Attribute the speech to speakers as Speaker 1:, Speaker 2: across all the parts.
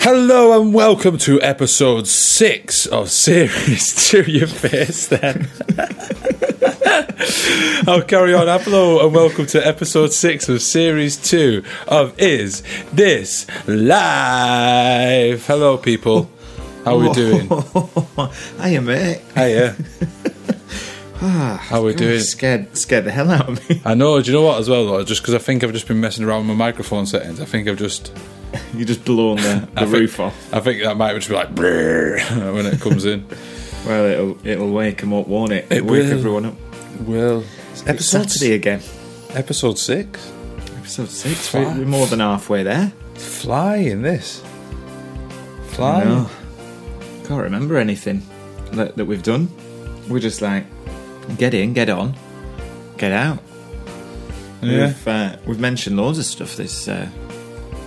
Speaker 1: Hello and welcome to episode six of series to your face. Then I'll carry on. Hello and welcome to episode six of series two of Is This Live? Hello, people. How are we doing?
Speaker 2: Hiya, mate.
Speaker 1: Hiya. How we doing?
Speaker 2: Scared, scared the hell out of me.
Speaker 1: I know. Do you know what? As well, though, just because I think I've just been messing around with my microphone settings. I think I've just.
Speaker 2: You just blown the, the
Speaker 1: think-
Speaker 2: roof off.
Speaker 1: I think that might just be like "Brrr," when it comes in.
Speaker 2: Well, it'll it'll wake 'em up, won't it?
Speaker 1: It
Speaker 2: wake
Speaker 1: will.
Speaker 2: everyone up.
Speaker 1: Well,
Speaker 2: It's Saturday again.
Speaker 1: Episode six.
Speaker 2: Episode six. We,
Speaker 1: Wow.
Speaker 2: we're more than halfway there.
Speaker 1: Fly in this. Fly.
Speaker 2: No, can't remember anything that, that we've done. We're just like, get in, get on, get out.
Speaker 1: Yeah.
Speaker 2: We've, uh, we've mentioned loads of stuff this uh,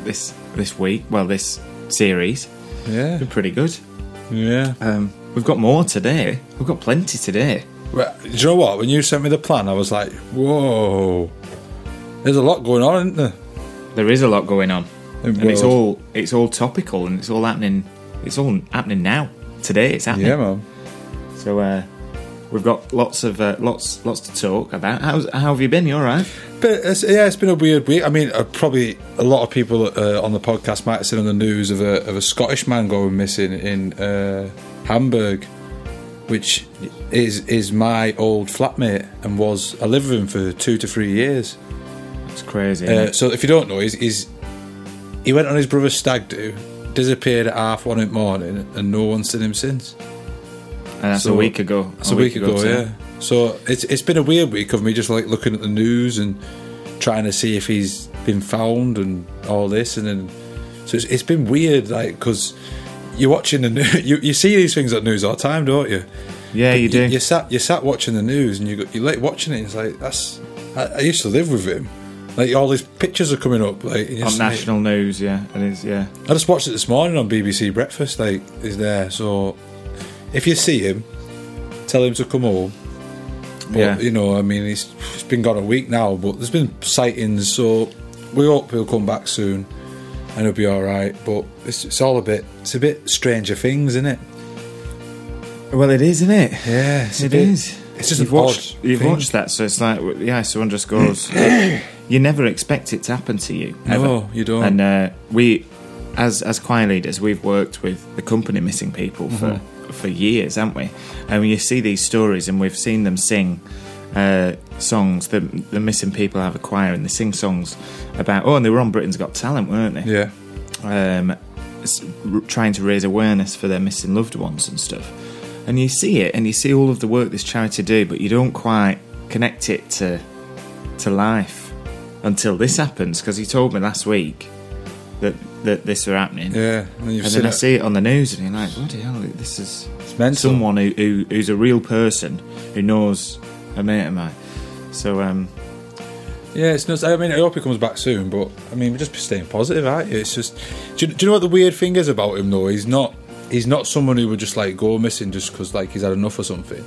Speaker 2: this this week. Well, this series.
Speaker 1: Yeah.
Speaker 2: Been pretty good.
Speaker 1: Yeah.
Speaker 2: Um, we've got more today. We've got plenty today.
Speaker 1: Well, do you know what? When you sent me the plan, I was like, whoa. There's a lot going on, isn't there?
Speaker 2: There is a lot going on,
Speaker 1: It
Speaker 2: and it's
Speaker 1: will.
Speaker 2: all it's all topical and it's all happening. It's all happening now. Today, it's happening.
Speaker 1: Yeah, man.
Speaker 2: So uh, we've got lots of uh, lots lots to talk about. How's, how have you been? You all right?
Speaker 1: But it's, yeah, it's been a weird week. I mean, uh, probably a lot of people uh, on the podcast might have seen on the news of a, of a Scottish man going missing in uh, Hamburg, which is is my old flatmate and was I lived with him for two to three years.
Speaker 2: It's crazy.
Speaker 1: Uh, so if you don't know, he's, he's he went on his brother's stag do, disappeared at half one in the morning, and no one's seen him since.
Speaker 2: and that's
Speaker 1: so-
Speaker 2: a week ago.
Speaker 1: That's a, week, ago,
Speaker 2: today.
Speaker 1: yeah. So it's it's been a weird week of me just like looking at the news and trying to see if he's been found and all this, and then so it's, it's been weird, like because you're watching the news, you you see these things on news all the time, don't you?
Speaker 2: Yeah, you do.
Speaker 1: You, you sat you sat watching the news and you got, you're like watching it. And it's like that's I, I used to live with him. Like all these pictures are coming up. Like and it's
Speaker 2: on
Speaker 1: like-
Speaker 2: national news, yeah, it is. Yeah,
Speaker 1: I just watched it this morning on BBC Breakfast. Like is there so if you see him, tell him to come home. But,
Speaker 2: yeah.
Speaker 1: You know, I mean, it's, it's been gone a week now, but there's been sightings, so we hope he'll come back soon and he'll be all right. But it's, it's all a bit, it's a bit Stranger Things, isn't it?
Speaker 2: Well, it is, isn't it?
Speaker 1: Yeah, it's a
Speaker 2: It
Speaker 1: bit-
Speaker 2: is.
Speaker 1: It's just
Speaker 2: you've
Speaker 1: an
Speaker 2: watched,
Speaker 1: odd
Speaker 2: you've
Speaker 1: thing.
Speaker 2: watched that, so it's like yeah. So underscores. you never expect it to happen to you. Ever.
Speaker 1: No, you don't.
Speaker 2: And uh, we, as as choir leaders, we've worked with the company Missing People for
Speaker 1: Mm-hmm.
Speaker 2: for years, haven't we? And you see these stories, and we've seen them sing uh, songs. The the Missing People have a choir, and they sing songs about oh, and they were on Britain's Got Talent, weren't they?
Speaker 1: Yeah.
Speaker 2: um, s- r- trying to raise awareness for their missing loved ones and stuff. And you see it, and you see all of the work this charity do, but you don't quite connect it to to life until this happens. Because he told me last week that that this were happening,
Speaker 1: Yeah. And you've
Speaker 2: and
Speaker 1: seen
Speaker 2: then I
Speaker 1: it.
Speaker 2: see it on the news, and you're like, bloody hell, this is
Speaker 1: It's mental.
Speaker 2: someone who, who who's a real person who knows a mate of mine. So um,
Speaker 1: Yeah, it's nuts. I mean, I hope he comes back soon, but I mean, we're just staying positive, aren't you? It's just, do you, do you know what the weird thing is about him though? He's not, he's not someone who would just like go missing just because like he's had enough or something.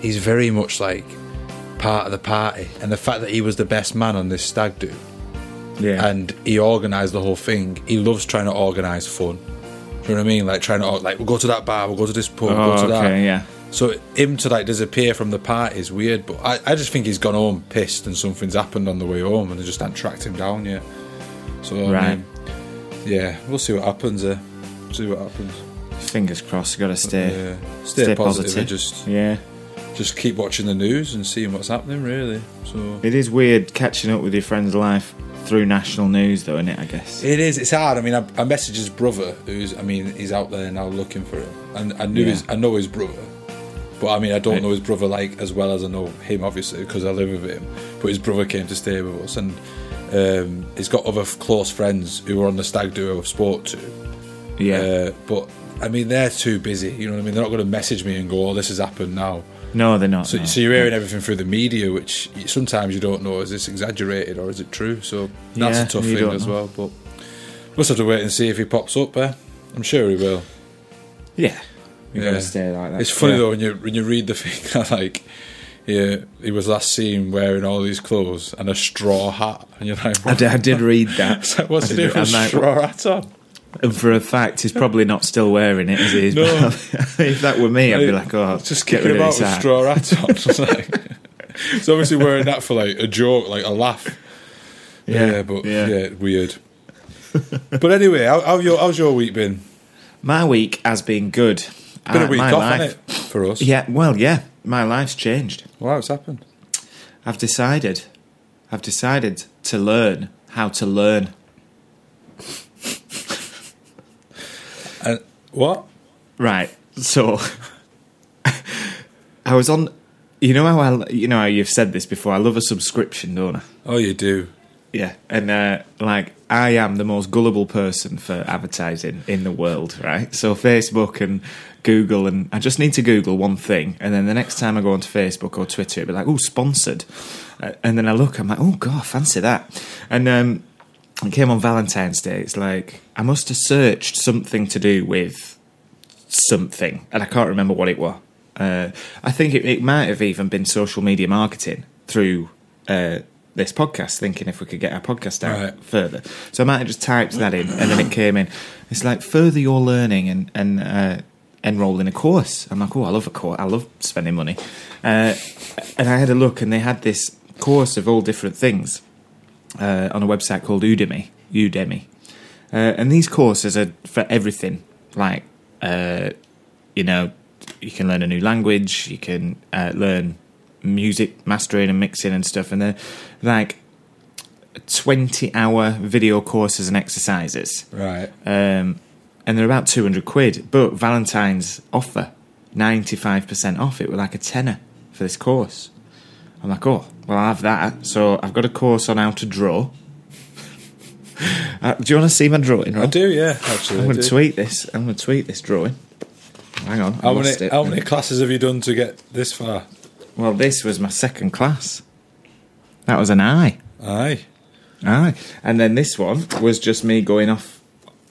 Speaker 1: He's very much like part of the party, and the fact that he was the best man on this stag do
Speaker 2: yeah,
Speaker 1: and he organised the whole thing. He loves trying to organise fun. Do you know what I mean? Like trying to like we'll go to that bar, we'll go to this pub, we'll go
Speaker 2: oh,
Speaker 1: to that.
Speaker 2: okay, yeah.
Speaker 1: So him to like disappear from the party is weird, but I, I just think he's gone home pissed and something's happened on the way home and they just hadn't tracked him down yet. So I
Speaker 2: Right.
Speaker 1: mean, yeah, we'll see what happens. Uh, see what happens.
Speaker 2: Fingers crossed. Got to stay.
Speaker 1: Yeah, stay, positive, and just
Speaker 2: yeah.
Speaker 1: just keep watching the news and seeing what's happening. Really, so
Speaker 2: It is weird catching up with your friend's life through national news, though, isn't it? I guess.
Speaker 1: it is. It's hard. I mean, I, I messaged his brother, who's I mean, he's out there now looking for him, and I knew
Speaker 2: Yeah.
Speaker 1: his I know his brother. But I mean, I don't
Speaker 2: Right.
Speaker 1: know his brother like as well as I know him, obviously, because I live with him. But his brother came to stay with us, and um, he's got other f- close friends who were on the stag do I've spoke to.
Speaker 2: yeah.
Speaker 1: Uh, but I mean, they're too busy. You know what I mean? They're not going to message me and go, "Oh, this has happened now."
Speaker 2: no, they're not.
Speaker 1: So,
Speaker 2: no.
Speaker 1: so you're hearing everything through the media, which y- sometimes you don't know is this exaggerated or is it true. So that's
Speaker 2: Yeah,
Speaker 1: a tough
Speaker 2: you
Speaker 1: thing
Speaker 2: don't
Speaker 1: as
Speaker 2: know.
Speaker 1: well. But we'll just have to wait and see if he pops up there. I'm sure he will.
Speaker 2: yeah. You've got
Speaker 1: Yeah.
Speaker 2: to stay like that.
Speaker 1: It's funny
Speaker 2: Yeah.
Speaker 1: though when you when you read the thing like yeah, he was last seen wearing all these clothes and a straw hat, and you're like,
Speaker 2: I did, I did read that.
Speaker 1: It's like, what's
Speaker 2: I
Speaker 1: he
Speaker 2: did-
Speaker 1: doing with a
Speaker 2: I'm like,
Speaker 1: straw hat on?
Speaker 2: And for a fact, he's probably not still wearing it as he is.
Speaker 1: No.
Speaker 2: but if that were me, I'd be like, oh,
Speaker 1: just
Speaker 2: get
Speaker 1: kicking
Speaker 2: rid of
Speaker 1: about
Speaker 2: this
Speaker 1: with
Speaker 2: hat.
Speaker 1: straw hats on. It's like- it's obviously wearing that for like a joke, like a laugh. Yeah, but yeah. weird. but anyway, how, how your, how's your week been?
Speaker 2: My week has been good.
Speaker 1: Been
Speaker 2: I-
Speaker 1: a week
Speaker 2: Uh, my
Speaker 1: off,
Speaker 2: life,
Speaker 1: hasn't it? For us.
Speaker 2: Yeah, well, yeah. My life's changed.
Speaker 1: Wow, it's happened.
Speaker 2: I've decided. I've decided to learn how to learn.
Speaker 1: And what?
Speaker 2: Right. So I was on. You know how I. You know how you've said this before. I love a subscription, don't I?
Speaker 1: Oh, you do.
Speaker 2: Yeah, and uh, like I am the most gullible person for advertising in the world, right? So Facebook and Google, and I just need to Google one thing, and then the next time I go onto Facebook or Twitter, it'll be like, "Oh, sponsored," Uh, and then I look, I'm like, "Oh god, fancy that," and um, it came on Valentine's Day. It's like I must have searched something to do with something, and I can't remember what it was. Uh, I think it, it might have even been social media marketing through uh, this podcast, thinking if we could get our podcast out
Speaker 1: Right.
Speaker 2: further. So I might have just typed that in, and then it came in. It's like further your learning and and uh, enroll in a course. I'm like, oh, I love a course. I love spending money. Uh, and I had a look, and they had this course of all different things uh, on a website called Udemy. Udemy. Uh, and these courses are for everything. Like, uh, you know, you can learn a new language, you can uh, learn music mastering and mixing and stuff. And they're like 20 hour video courses and exercises.
Speaker 1: Right.
Speaker 2: Um, and they're about 200 quid. But Valentine's offer, 95% off. It was like a tenner for this course. I'm like, oh, well, I'll have that. So I've got a course on how to draw. uh, do you want to see my drawing?
Speaker 1: I
Speaker 2: Rob?
Speaker 1: do, yeah, actually.
Speaker 2: I'm
Speaker 1: I
Speaker 2: going to
Speaker 1: do.
Speaker 2: tweet this. I'm going to tweet this drawing. Hang on. I
Speaker 1: How
Speaker 2: lost
Speaker 1: many,
Speaker 2: it.
Speaker 1: how many classes have you done to get this far?
Speaker 2: Well, this was my second class. That was an I.
Speaker 1: Aye.
Speaker 2: Aye. And then this one was just me going off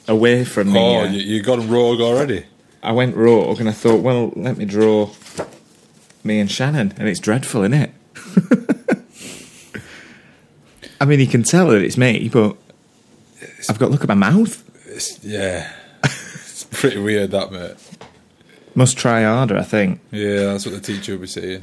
Speaker 2: away from the.
Speaker 1: Oh,
Speaker 2: uh,
Speaker 1: you, you got rogue already.
Speaker 2: I went rogue and I thought, well, let me draw me and Shannon, and it's dreadful, isn't it? I mean, you can tell that it's me, but I've got look at my mouth.
Speaker 1: It's, yeah. it's pretty weird, that, mate.
Speaker 2: Must try harder, I think.
Speaker 1: Yeah, that's what the teacher will be saying.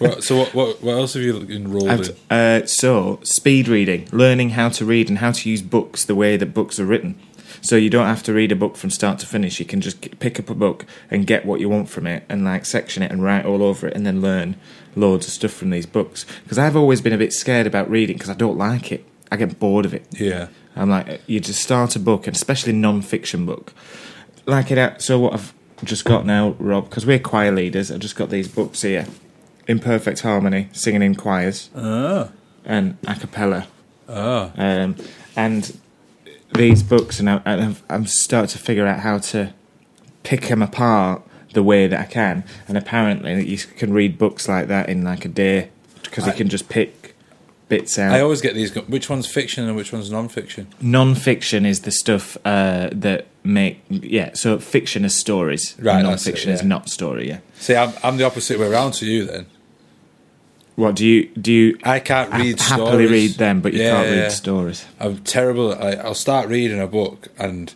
Speaker 1: well, so, what, what, what else have you enrolled in?
Speaker 2: I've- uh, so, speed reading, learning how to read and how to use books the way that books are written. So you don't have to read a book from start to finish. You can just g- pick up a book and get what you want from it, and like section it and write all over it, and then learn loads of stuff from these books. Because I've always been a bit scared about reading because I don't like it. I get bored of it.
Speaker 1: Yeah.
Speaker 2: I'm like, you just start a book, and especially non-fiction book, like it. out- So what I've just got now, Rob, because we're choir leaders, I've just got these books here, in perfect harmony, singing in choirs
Speaker 1: Ah.
Speaker 2: and a cappella,
Speaker 1: Ah.
Speaker 2: um, and these books, and, I, and I've, I'm starting to figure out how to pick them apart the way that I can. And apparently, you can read books like that in like a day because you can just pick bits out.
Speaker 1: I always get these. go- Which one's fiction and which one's non-fiction?
Speaker 2: non-fiction is the stuff uh, that make yeah so fiction is stories
Speaker 1: Right, that's it,
Speaker 2: non-fiction is
Speaker 1: yeah.
Speaker 2: not story yeah
Speaker 1: See, I'm, I'm the opposite way around to you. Then
Speaker 2: what do you do you
Speaker 1: I can't read.
Speaker 2: ha- happily
Speaker 1: stories.
Speaker 2: read them but you
Speaker 1: Yeah,
Speaker 2: can't read
Speaker 1: yeah.
Speaker 2: stories
Speaker 1: I'm terrible. At, like, I'll start reading a book and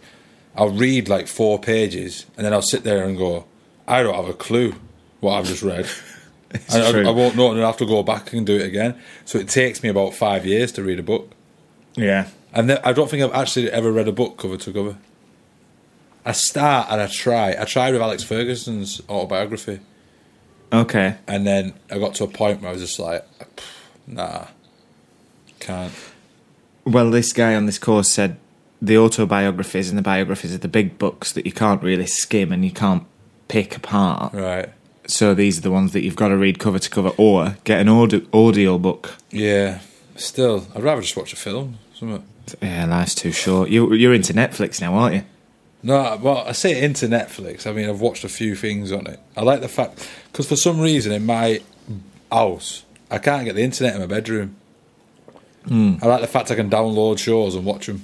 Speaker 1: I'll read like four pages, and then I'll sit there and go, I don't have a clue what I've just read. And I,
Speaker 2: true.
Speaker 1: I won't know, and I'll have to go back and do it again. So it takes me about five years to read a book,
Speaker 2: yeah
Speaker 1: and then, I don't think I've actually ever read a book cover to cover. I start and I try. I tried with Alex Ferguson's autobiography.
Speaker 2: okay
Speaker 1: And then I got to a point where I was just like, "Pff, nah, can't.
Speaker 2: well this guy on this course said the autobiographies and the biographies are the big books that you can't really skim and you can't pick apart
Speaker 1: Right.
Speaker 2: so these are the ones that you've got to read cover to cover or get an audio, audio book
Speaker 1: Yeah. Still, I'd rather just watch a film. Something.
Speaker 2: yeah life's too short you, you're into netflix now aren't you
Speaker 1: No, well, I say into Netflix. I mean, I've watched a few things on it. I like the fact, because for some reason in my house, I can't get the internet in my bedroom. I like the fact I can download shows and watch them.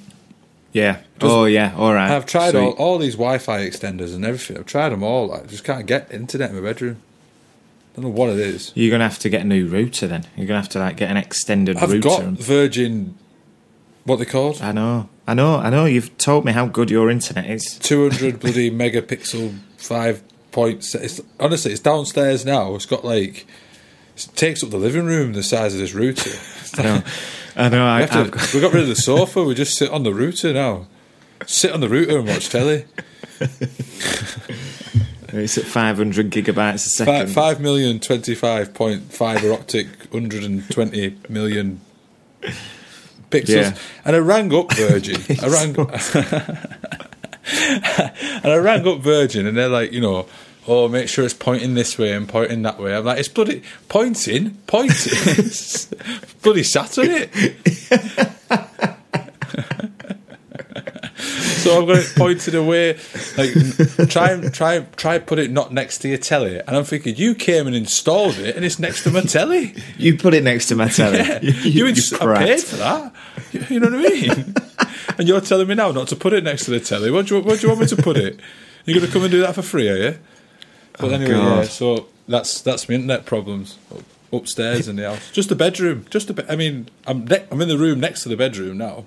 Speaker 2: yeah oh yeah all right
Speaker 1: I've tried
Speaker 2: Sweet.
Speaker 1: all, all these Wi Fi extenders and everything. I've tried them all. I just can't get internet in my bedroom. don't know what it is.
Speaker 2: You're gonna have to get a new router then. You're gonna have to like get an extended
Speaker 1: I've
Speaker 2: router.
Speaker 1: got
Speaker 2: and-
Speaker 1: Virgin. What they called?
Speaker 2: I know. I know, I know. You've told me how good your internet is.
Speaker 1: two hundred bloody megapixel five points. It's, honestly, it's downstairs now. It's got like it takes up the living room the size of this router.
Speaker 2: I know, I know. I,
Speaker 1: We, have
Speaker 2: I've
Speaker 1: to,
Speaker 2: got,
Speaker 1: we got rid of the sofa. We just sit on the router now. Sit on the router and watch telly.
Speaker 2: it's at 500 gigabytes a second.
Speaker 1: Five, five million twenty-five point fiber optic, hundred and twenty million pixels.
Speaker 2: Yeah.
Speaker 1: And I rang up Virgin. I rang. and I rang up Virgin, and they're like, you know, oh, make sure it's pointing this way and pointing that way. I'm like, it's bloody pointing, pointing. It's bloody sat on it. so I've got it pointed away. Like, try and try and try and put it not next to your telly. And I'm thinking, you came and installed it, and it's next to my telly.
Speaker 2: You put it next to my telly.
Speaker 1: You, you, ins- I
Speaker 2: prat.
Speaker 1: paid for that. You, you know what I mean? and you're telling me now not to put it next to the telly. Where do you, where do you want me to put it? You're going to come and do that for free, are you? But anyway, yeah.
Speaker 2: God.
Speaker 1: So that's that's my internet problems up- upstairs in the house. Just the bedroom. Just the. Be- I mean, I'm ne- I'm in the room next to the bedroom now,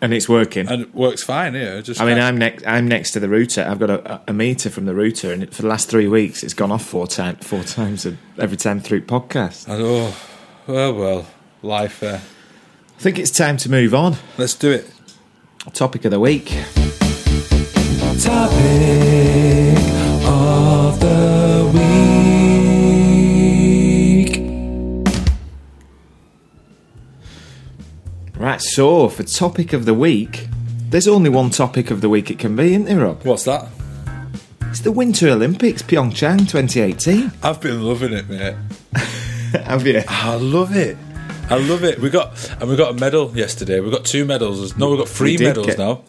Speaker 2: and it's working.
Speaker 1: and it works fine here. Just
Speaker 2: I mean,
Speaker 1: like-
Speaker 2: I'm next. I'm next to the router. I've got a, a meter from the router, and for the last three weeks, it's gone off four times. Four times a- every time through podcast.
Speaker 1: I know. oh, Well, well, life. Uh,
Speaker 2: I think it's time to move on.
Speaker 1: let's do it.
Speaker 2: Topic of the week.
Speaker 1: Topic of the week.
Speaker 2: Right. So for topic of the week, there's only one topic of the week. It can be, isn't there, Rob?
Speaker 1: What's that?
Speaker 2: It's the Winter Olympics, Pyeongchang, 2018.
Speaker 1: I've been loving it, mate.
Speaker 2: Have you?
Speaker 1: I love it. I love it. We got and we got a medal yesterday. We got two medals. No, we got three
Speaker 2: We did
Speaker 1: medals
Speaker 2: get-
Speaker 1: now.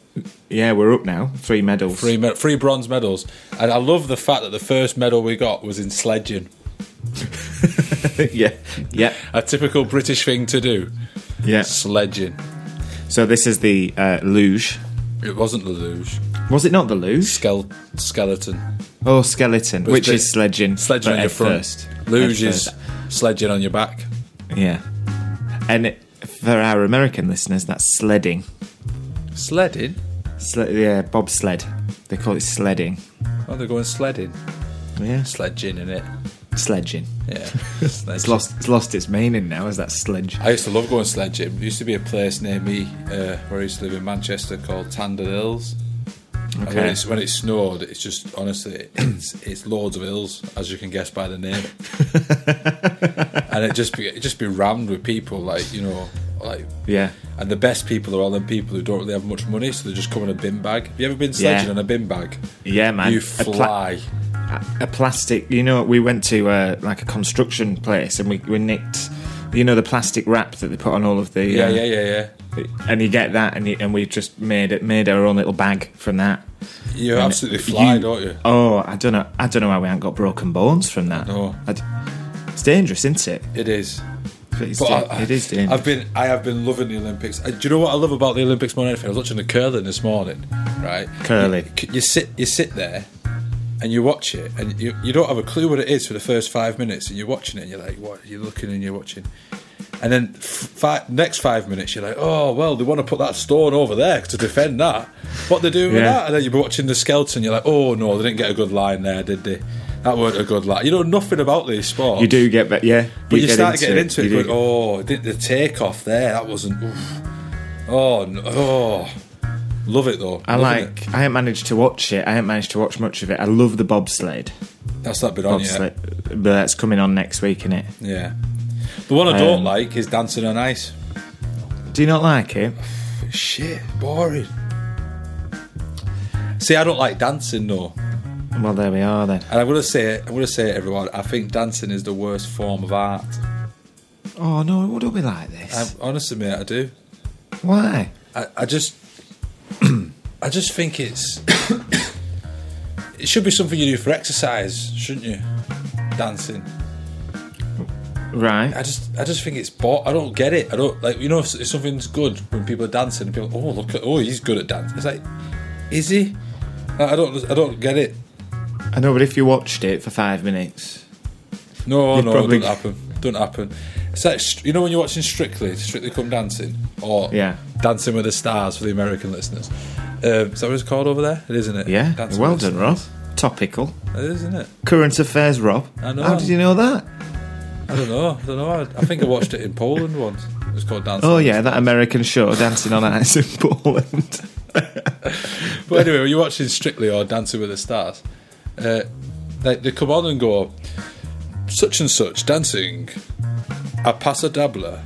Speaker 2: Yeah, we're up now. Three medals.
Speaker 1: Three, me- three bronze medals. And I love the fact that the first medal we got was in sledging.
Speaker 2: yeah. Yeah.
Speaker 1: A typical British thing to do.
Speaker 2: Yeah.
Speaker 1: Sledging.
Speaker 2: So this is the uh, luge.
Speaker 1: It wasn't the luge.
Speaker 2: Was it not the luge?
Speaker 1: Skel- skeleton.
Speaker 2: Oh, skeleton, which
Speaker 1: the-
Speaker 2: is sledging.
Speaker 1: Sledging
Speaker 2: but
Speaker 1: on
Speaker 2: head
Speaker 1: your front. Luge
Speaker 2: Head
Speaker 1: is
Speaker 2: first.
Speaker 1: sledging on your back.
Speaker 2: Yeah. And it, for our American listeners, that's sledding.
Speaker 1: Sledding?
Speaker 2: Sled, yeah, bobsled. They call it sledding.
Speaker 1: Oh, they're going sledding.
Speaker 2: Yeah,
Speaker 1: Sledging, innit?
Speaker 2: sledging.
Speaker 1: Yeah.
Speaker 2: It's
Speaker 1: sledging.
Speaker 2: lost. It's lost its meaning now. Is that sledge?
Speaker 1: I used to love going sledging. There used to be a place near me uh, where I used to live in Manchester called Tandon Hills. And when,
Speaker 2: Okay.
Speaker 1: it's, when it snowed, it's just honestly, it's, it's loads of hills, as you can guess by the name. and it just be it just be rammed with people, like you know, like
Speaker 2: Yeah.
Speaker 1: and the best people are all them people who don't really have much money, so they just come in a bin bag. Have you ever been sledging
Speaker 2: Yeah.
Speaker 1: on a bin bag?
Speaker 2: Yeah, man.
Speaker 1: you
Speaker 2: A pla-
Speaker 1: fly.
Speaker 2: a plastic. You know, we went to uh, like a construction place and we, we nicked. You know the plastic wrap that they put on all of the.
Speaker 1: yeah,
Speaker 2: uh,
Speaker 1: yeah, yeah, yeah.
Speaker 2: And you get that, and you, and we just made it made our own little bag from that.
Speaker 1: You
Speaker 2: And
Speaker 1: absolutely fly,
Speaker 2: you-
Speaker 1: don't you?
Speaker 2: Oh, I don't know. I don't know how we haven't got broken bones from that.
Speaker 1: No.
Speaker 2: I d- it's dangerous, isn't it?
Speaker 1: It is.
Speaker 2: It's
Speaker 1: But
Speaker 2: da-
Speaker 1: I, I-
Speaker 2: it is dangerous.
Speaker 1: I've been, I have been loving the Olympics. Uh, Do you know what I love about the Olympics more than anything? I was watching the curling this morning, right?
Speaker 2: Curling.
Speaker 1: You, you sit, you sit there, and you watch it, and you, you don't have a clue what it is for the first five minutes, and you're watching it, and you're like, what? You're looking and you're watching, and then f- fi- next five minutes, you're like, oh well, they want to put that stone over there to defend that. What they doing with
Speaker 2: Yeah.
Speaker 1: that? And then you're watching the skeleton, you're like, oh no, they didn't get a good line there, did they? That weren't a good line. You know nothing about these sports.
Speaker 2: you do get, but yeah,
Speaker 1: But you,
Speaker 2: get
Speaker 1: start getting into it,
Speaker 2: you do
Speaker 1: going, oh, did the takeoff there? That wasn't. Oof. Oh, no, oh, love it though.
Speaker 2: I
Speaker 1: Loving
Speaker 2: like.
Speaker 1: it.
Speaker 2: I haven't managed to watch it. I haven't managed to watch much of it. I love the bobsled.
Speaker 1: That's not been on yet.
Speaker 2: Bobsled, but that's coming on next week, is it?
Speaker 1: Yeah. The one I don't
Speaker 2: Um,
Speaker 1: like is dancing on ice.
Speaker 2: Do you not like it?
Speaker 1: Shit, boring. See, I don't like dancing though,
Speaker 2: Well, there we are then.
Speaker 1: and I'm gonna say it. I'm gonna say it, everyone. I think dancing is the worst form of art.
Speaker 2: Oh no, it would be like
Speaker 1: i
Speaker 2: this.
Speaker 1: honestly, mate, I do.
Speaker 2: Why?
Speaker 1: I, I just I just think it's it should be something you do for exercise, shouldn't you? Dancing.
Speaker 2: Right.
Speaker 1: I just I just think it's bo- I don't get it. I don't like you know if, if something's good when people are dancing and people oh look at oh he's good at dancing. It's like is he? I I don't I don't get it.
Speaker 2: I know, but if you watched it for five minutes,
Speaker 1: No,
Speaker 2: You'd
Speaker 1: no,
Speaker 2: probably-
Speaker 1: it don't happen. Don't happen. It's like you know when you're watching Strictly, Strictly Come Dancing, or
Speaker 2: Yeah.
Speaker 1: Dancing with the Stars for the American listeners. Um, is that what it's called over there? It is, isn't it?
Speaker 2: Yeah,
Speaker 1: Dancing
Speaker 2: well
Speaker 1: with the
Speaker 2: done, Rob.
Speaker 1: Stars.
Speaker 2: Topical.
Speaker 1: It is, isn't it?
Speaker 2: Current affairs, Rob.
Speaker 1: I know.
Speaker 2: How did you know that?
Speaker 1: I don't know. I don't know. I, I think I watched it in Poland once. It was called Dancing.
Speaker 2: Oh
Speaker 1: with the
Speaker 2: yeah, that American show, Dancing on Ice in Poland.
Speaker 1: But anyway, when you're watching Strictly or Dancing with the Stars, uh, they, they come on and go, such and such dancing a pasadabla.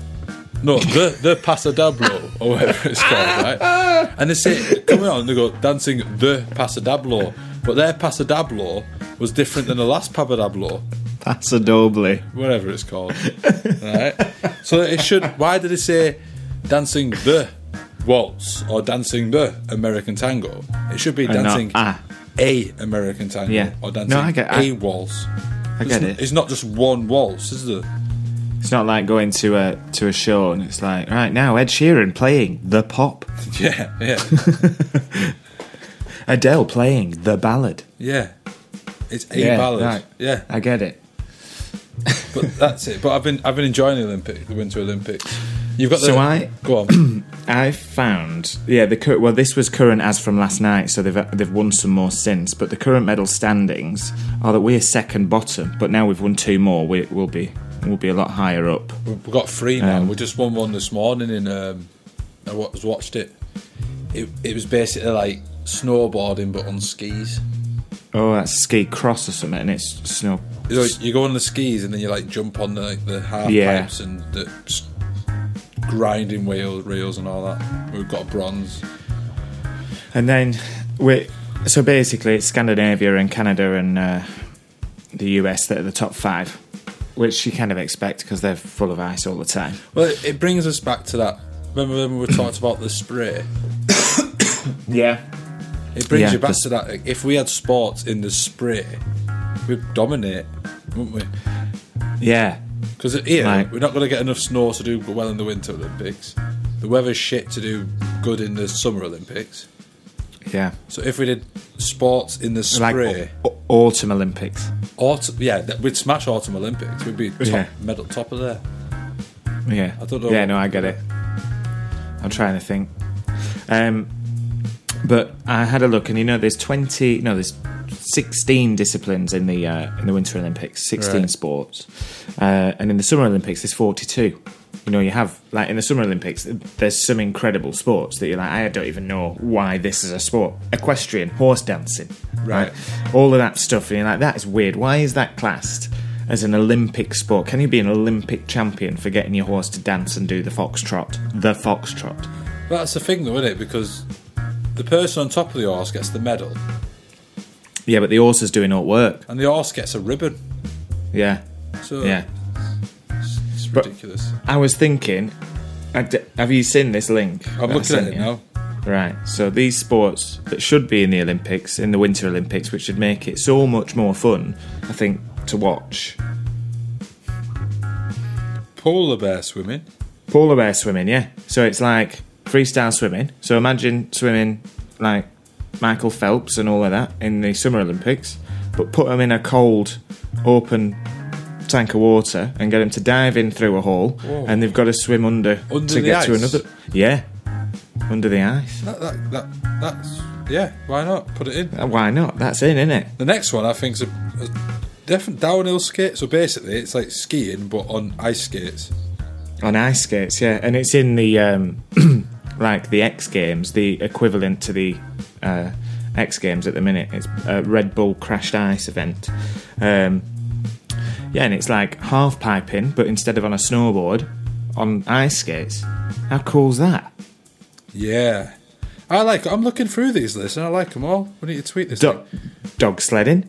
Speaker 1: No, the the pasadablo or whatever it's called, right? And they say coming on, they go dancing the pasadablo, but their pasadablo was different than the last pasadablo,
Speaker 2: That's a doubly.
Speaker 1: whatever it's called, right? So it should. Why did they say dancing the waltz or dancing the American tango? It should be
Speaker 2: And not
Speaker 1: dancing
Speaker 2: ah.
Speaker 1: a American tango
Speaker 2: Yeah.
Speaker 1: or dancing
Speaker 2: No, I get- I-
Speaker 1: a waltz.
Speaker 2: I get it.
Speaker 1: It's not just one waltz, is it?
Speaker 2: It's not like going to a to a show and it's like right now Ed Sheeran playing the pop,
Speaker 1: Yeah, yeah,
Speaker 2: Adele playing the ballad.
Speaker 1: yeah. It's a
Speaker 2: Yeah,
Speaker 1: ballad.
Speaker 2: right.
Speaker 1: Yeah,
Speaker 2: I get it.
Speaker 1: but that's it. But I've been I've been enjoying the Olympic, the Winter Olympics. You've got the
Speaker 2: So I-
Speaker 1: go on.
Speaker 2: I found yeah the cur- well this was current as from last night, so they've they've won some more since. But the current medal standings are that we're second bottom, but now we've won two more. We, we'll be we'll be a lot higher up.
Speaker 1: We've got three now.
Speaker 2: Um,
Speaker 1: we just won one this morning, and um, I wa- was watched it. It it was basically like snowboarding but on skis.
Speaker 2: Oh, that's ski cross or something. And it's snow.
Speaker 1: You, know, you go on the skis and then you like jump on the like, the half
Speaker 2: Yeah.
Speaker 1: pipes and the s- grinding wheel rails and all that. We've got bronze.
Speaker 2: And then we so basically it's Scandinavia and Canada and uh, the US that are the top five, which you kind of expect because they're full of ice all the time.
Speaker 1: Well, it, it brings us back to that. Remember when we talked about the spray?
Speaker 2: Yeah.
Speaker 1: It brings
Speaker 2: Yeah,
Speaker 1: you back
Speaker 2: the-
Speaker 1: to that. like, If we had sports in the spray, we'd dominate, wouldn't we?
Speaker 2: Yeah.
Speaker 1: Because here
Speaker 2: Right.
Speaker 1: we're not going to get enough snow to do well in the Winter Olympics. The weather's shit to do good in the Summer Olympics.
Speaker 2: Yeah.
Speaker 1: So if we did sports in the
Speaker 2: Like
Speaker 1: spray,
Speaker 2: au- autumn Olympics.
Speaker 1: Autumn, yeah, that- we'd smash Autumn Olympics. We'd be top,
Speaker 2: Yeah.
Speaker 1: medal top of there.
Speaker 2: Yeah.
Speaker 1: I don't know.
Speaker 2: Yeah, no, I get it. I'm trying to think. Um, but I had a look, and you know, there's 20, no, there's 16 disciplines in the uh, in the Winter Olympics, 16
Speaker 1: Right.
Speaker 2: sports, uh, and in the Summer Olympics, there's 42. You know, you have like in the Summer Olympics, there's some incredible sports that you're like, I don't even know why this is a sport. Equestrian, horse dancing,
Speaker 1: Right.
Speaker 2: All of that stuff, and you're like, that is weird. Why is that classed as an Olympic sport? Can you be an Olympic champion for getting your horse to dance and do the foxtrot? The foxtrot.
Speaker 1: But that's the thing, though, isn't it? Because the person on top of the horse gets the medal,
Speaker 2: Yeah, but the horse is doing all work.
Speaker 1: and the horse gets a ribbon.
Speaker 2: Yeah,
Speaker 1: So
Speaker 2: yeah.
Speaker 1: it's
Speaker 2: But-
Speaker 1: ridiculous.
Speaker 2: I was thinking, I d- have you seen this link?
Speaker 1: I'm
Speaker 2: that I
Speaker 1: looking at
Speaker 2: sent
Speaker 1: it
Speaker 2: you?
Speaker 1: now.
Speaker 2: Right. So these sports that should be in the Olympics, in the Winter Olympics, which would make it so much more fun, I think, to watch.
Speaker 1: Polar bear swimming.
Speaker 2: Polar bear swimming, yeah. So it's like freestyle swimming. So imagine swimming like Michael Phelps and all of that in the Summer Olympics, but put them in a cold, open tank of water and get them to dive in through a hole,
Speaker 1: Whoa.
Speaker 2: and they've got to swim under,
Speaker 1: Under the
Speaker 2: to get to
Speaker 1: ice?
Speaker 2: another. Yeah, under the ice.
Speaker 1: That, that, that, that's yeah. Why not put it in?
Speaker 2: Why not? That's in, isn't it?
Speaker 1: The next one I think's a, a different downhill skate. So basically, it's like skiing but on ice skates.
Speaker 2: on ice skates yeah and it's in the um like the x games the equivalent to the uh x games at the minute it's a red bull crashed ice event um yeah and it's like half piping but instead of on a snowboard on ice skates how cool's that
Speaker 1: Yeah, I like. I'm looking through these lists and I like them all. We need to tweet this.
Speaker 2: dog
Speaker 1: thing.
Speaker 2: dog sledding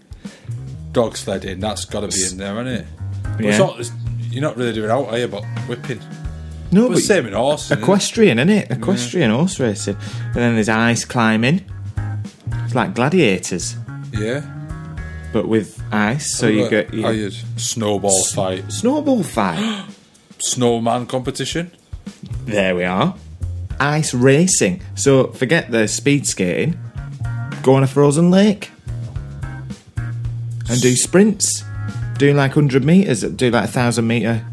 Speaker 1: dog sledding. That's got to be in there, isn't it? But
Speaker 2: Yeah.
Speaker 1: it's not, it's, you're not really doing out, are you? But whipping.
Speaker 2: no
Speaker 1: But
Speaker 2: but
Speaker 1: it's same in horse.
Speaker 2: equestrian isn't it equestrian horse racing and then there's ice climbing it's like gladiators
Speaker 1: Yeah.
Speaker 2: but with ice so you
Speaker 1: Look,
Speaker 2: get
Speaker 1: oh,
Speaker 2: you
Speaker 1: you'd- snowball fight,
Speaker 2: snowball fight
Speaker 1: snowman competition.
Speaker 2: There we are. Ice racing. So forget the speed skating. Go on a frozen lake. And do sprints. Do like 100 metres, do like 1,000 metre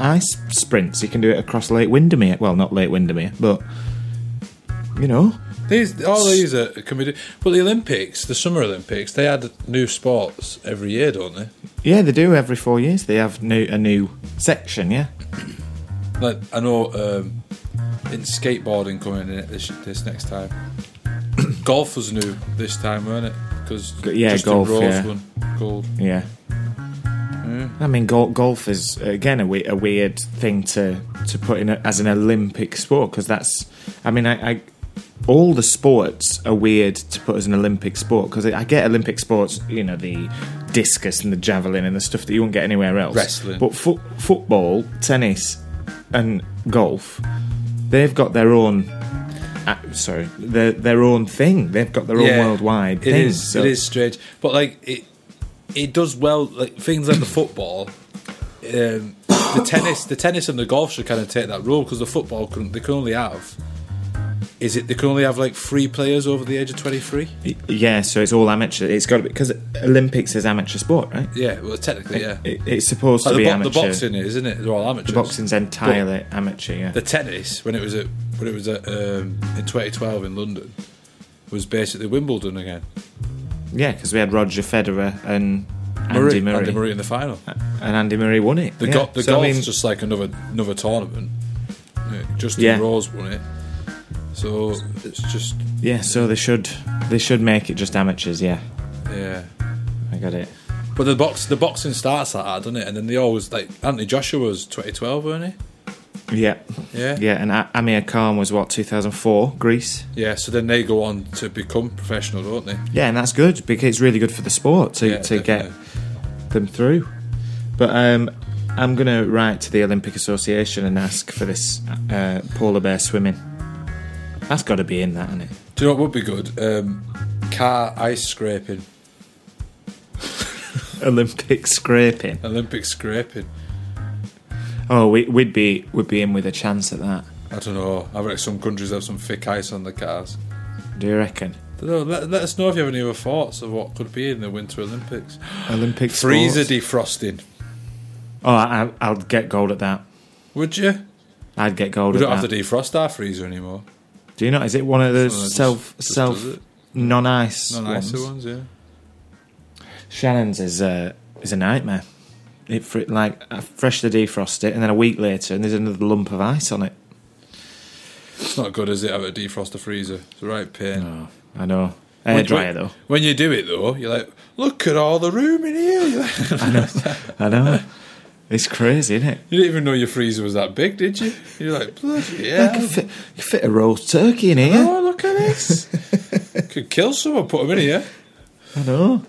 Speaker 2: ice sprints. You can do it across Lake Windermere. Well, not Lake Windermere, but you know.
Speaker 1: These all these are can be. do- But the Olympics, the Summer Olympics, they add new sports every year, don't they?
Speaker 2: Yeah, they do every four years. They have new, a new section. Yeah,
Speaker 1: Like I know, um, in skateboarding coming in it this this next time. golf was new this time, weren't it? Because
Speaker 2: G- yeah, golf,
Speaker 1: Rose
Speaker 2: yeah.
Speaker 1: won gold.
Speaker 2: yeah.
Speaker 1: Mm.
Speaker 2: I mean, gol golf is again a, we- a weird thing to to put in a, as an Olympic sport because that's. I mean, I, I all the sports are weird to put as an Olympic sport because I get Olympic sports, you know, the discus and the javelin and the stuff that you won't get anywhere else.
Speaker 1: Wrestling.
Speaker 2: but fo- football, tennis, and golf, they've got their own. Uh, sorry, their their own thing. They've got their own worldwide
Speaker 1: It
Speaker 2: thing.
Speaker 1: is.
Speaker 2: so-
Speaker 1: It is strange, but like it, it does well. Like things like the football, um, the tennis, the tennis and the golf should kind of take that role because the football can they can only have. Is it they can only have like three players over the age of twenty three?
Speaker 2: Yeah, so it's all amateur. It's got to be because Olympics is amateur sport, right?
Speaker 1: Yeah, well, technically, yeah.
Speaker 2: It, it's supposed
Speaker 1: Like
Speaker 2: to
Speaker 1: the,
Speaker 2: be
Speaker 1: bo- the
Speaker 2: amateur.
Speaker 1: boxing is, isn't it? They're all amateurs.
Speaker 2: The boxing's entirely amateur. Yeah,
Speaker 1: the tennis when it was at when it was at um, in twenty twelve in London was basically Wimbledon again.
Speaker 2: yeah, because we had Roger Federer and
Speaker 1: Murray,
Speaker 2: Andy Murray, Uh,
Speaker 1: Andy Murray in the final.
Speaker 2: and Andy Murray won it.
Speaker 1: The,
Speaker 2: yeah.
Speaker 1: go- the
Speaker 2: So, I
Speaker 1: golf's
Speaker 2: mean,
Speaker 1: just like another another tournament. Yeah, Justin
Speaker 2: Yeah.
Speaker 1: Rose won it, so it's just
Speaker 2: yeah, so they should they should make it just amateurs. Yeah,
Speaker 1: yeah.
Speaker 2: I got it.
Speaker 1: But the box the boxing starts that hard, doesn't it? And then they always like Anthony Joshua was 2012, weren't
Speaker 2: Yeah,
Speaker 1: he? Yeah,
Speaker 2: yeah, and A- Amir Khan was what 2004 Greece.
Speaker 1: Yeah, So then they go on to become professional, don't they?
Speaker 2: Yeah, and that's good because it's really good for the sport to
Speaker 1: Yeah,
Speaker 2: to get
Speaker 1: definitely.
Speaker 2: them through. But um, I'm going to write to the Olympic Association and ask for this uh, polar bear swimming. That's got to be in that, isn't it?
Speaker 1: Do you know what would be good? Um, car ice scraping,
Speaker 2: Olympic scraping.
Speaker 1: Olympic scraping.
Speaker 2: Oh, we, we'd be we'd be in with a chance at that.
Speaker 1: I don't know. I reckon some countries have some thick ice on the cars.
Speaker 2: Do you reckon?
Speaker 1: Don't know. Let, let us know if you have any other thoughts of what could be in the Winter Olympics.
Speaker 2: Olympic
Speaker 1: Freezer
Speaker 2: sports.
Speaker 1: defrosting.
Speaker 2: Oh, I, I- I'll get gold at that.
Speaker 1: Would you?
Speaker 2: I'd get gold
Speaker 1: We
Speaker 2: at
Speaker 1: don't
Speaker 2: that.
Speaker 1: have to defrost our freezer anymore.
Speaker 2: Do you know? Is it one of
Speaker 1: Someone that
Speaker 2: those
Speaker 1: just-
Speaker 2: self
Speaker 1: just
Speaker 2: self
Speaker 1: does it.
Speaker 2: non ice
Speaker 1: No
Speaker 2: ones?
Speaker 1: nicer ones, yeah.
Speaker 2: Shannon's is a is a nightmare. It fr- like I freshly defrost it, and then a week later, and there's another lump of ice on it.
Speaker 1: It's not good, is it? Have a defrost a freezer. It's a right pain.
Speaker 2: Oh, I know. Air dryer
Speaker 1: when,
Speaker 2: though.
Speaker 1: When you do it though, you're like, look at all the room in here. You're like-
Speaker 2: I know. It's crazy, isn't it?
Speaker 1: you didn't even know your freezer was that big, did you? You're like, bloody yeah.
Speaker 2: fit, you fit a roast turkey in here.
Speaker 1: Oh, look at this. Could kill someone, put them in here.
Speaker 2: I know.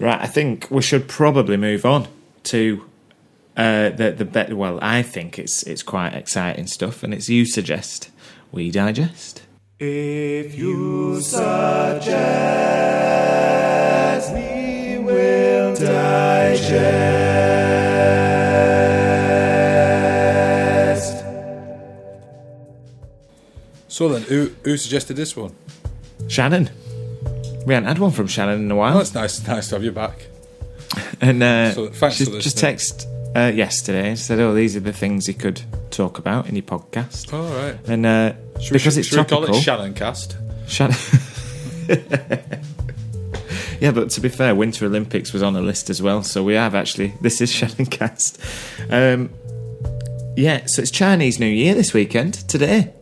Speaker 2: Right, I think we should probably move on to uh, the the bet. Well, I think it's it's quite exciting stuff, and it's you suggest we digest. If you suggest, we will digest.
Speaker 1: So then, who, who suggested this one?
Speaker 2: Shannon, we haven't had one from Shannon in a while.
Speaker 1: Oh, that's nice. Nice to have you back.
Speaker 2: And uh,
Speaker 1: So, thanks
Speaker 2: she
Speaker 1: for
Speaker 2: just
Speaker 1: listening.
Speaker 2: text uh, yesterday and said, "Oh, these are the things you could talk about in your podcast."
Speaker 1: All right.
Speaker 2: And uh,
Speaker 1: Oh. Should
Speaker 2: because
Speaker 1: we,
Speaker 2: it's
Speaker 1: should we call
Speaker 2: topical,
Speaker 1: it Shannon Cast?
Speaker 2: Shan- yeah, but to be fair, Winter Olympics was on a list as well, so we have actually. This is Shannon Cast. Um, yeah, so it's Chinese New Year this weekend today.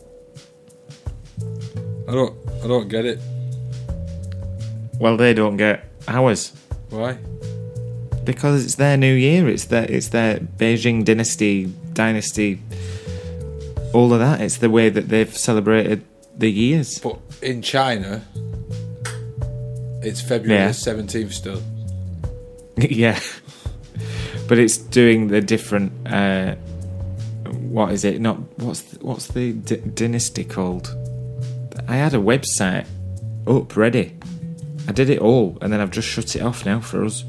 Speaker 1: I don't. I don't get it.
Speaker 2: Well, they don't get ours
Speaker 1: Why?
Speaker 2: because it's their New Year. It's their it's their Beijing dynasty dynasty. All of that. It's the way that they've celebrated the years.
Speaker 1: But in China, it's February
Speaker 2: Yeah.
Speaker 1: the seventeenth still.
Speaker 2: yeah, but it's doing the different. Uh, what is it? Not what's the, what's the d- dynasty called? I had a website up ready. I did it all, and then I've just shut it off now for us.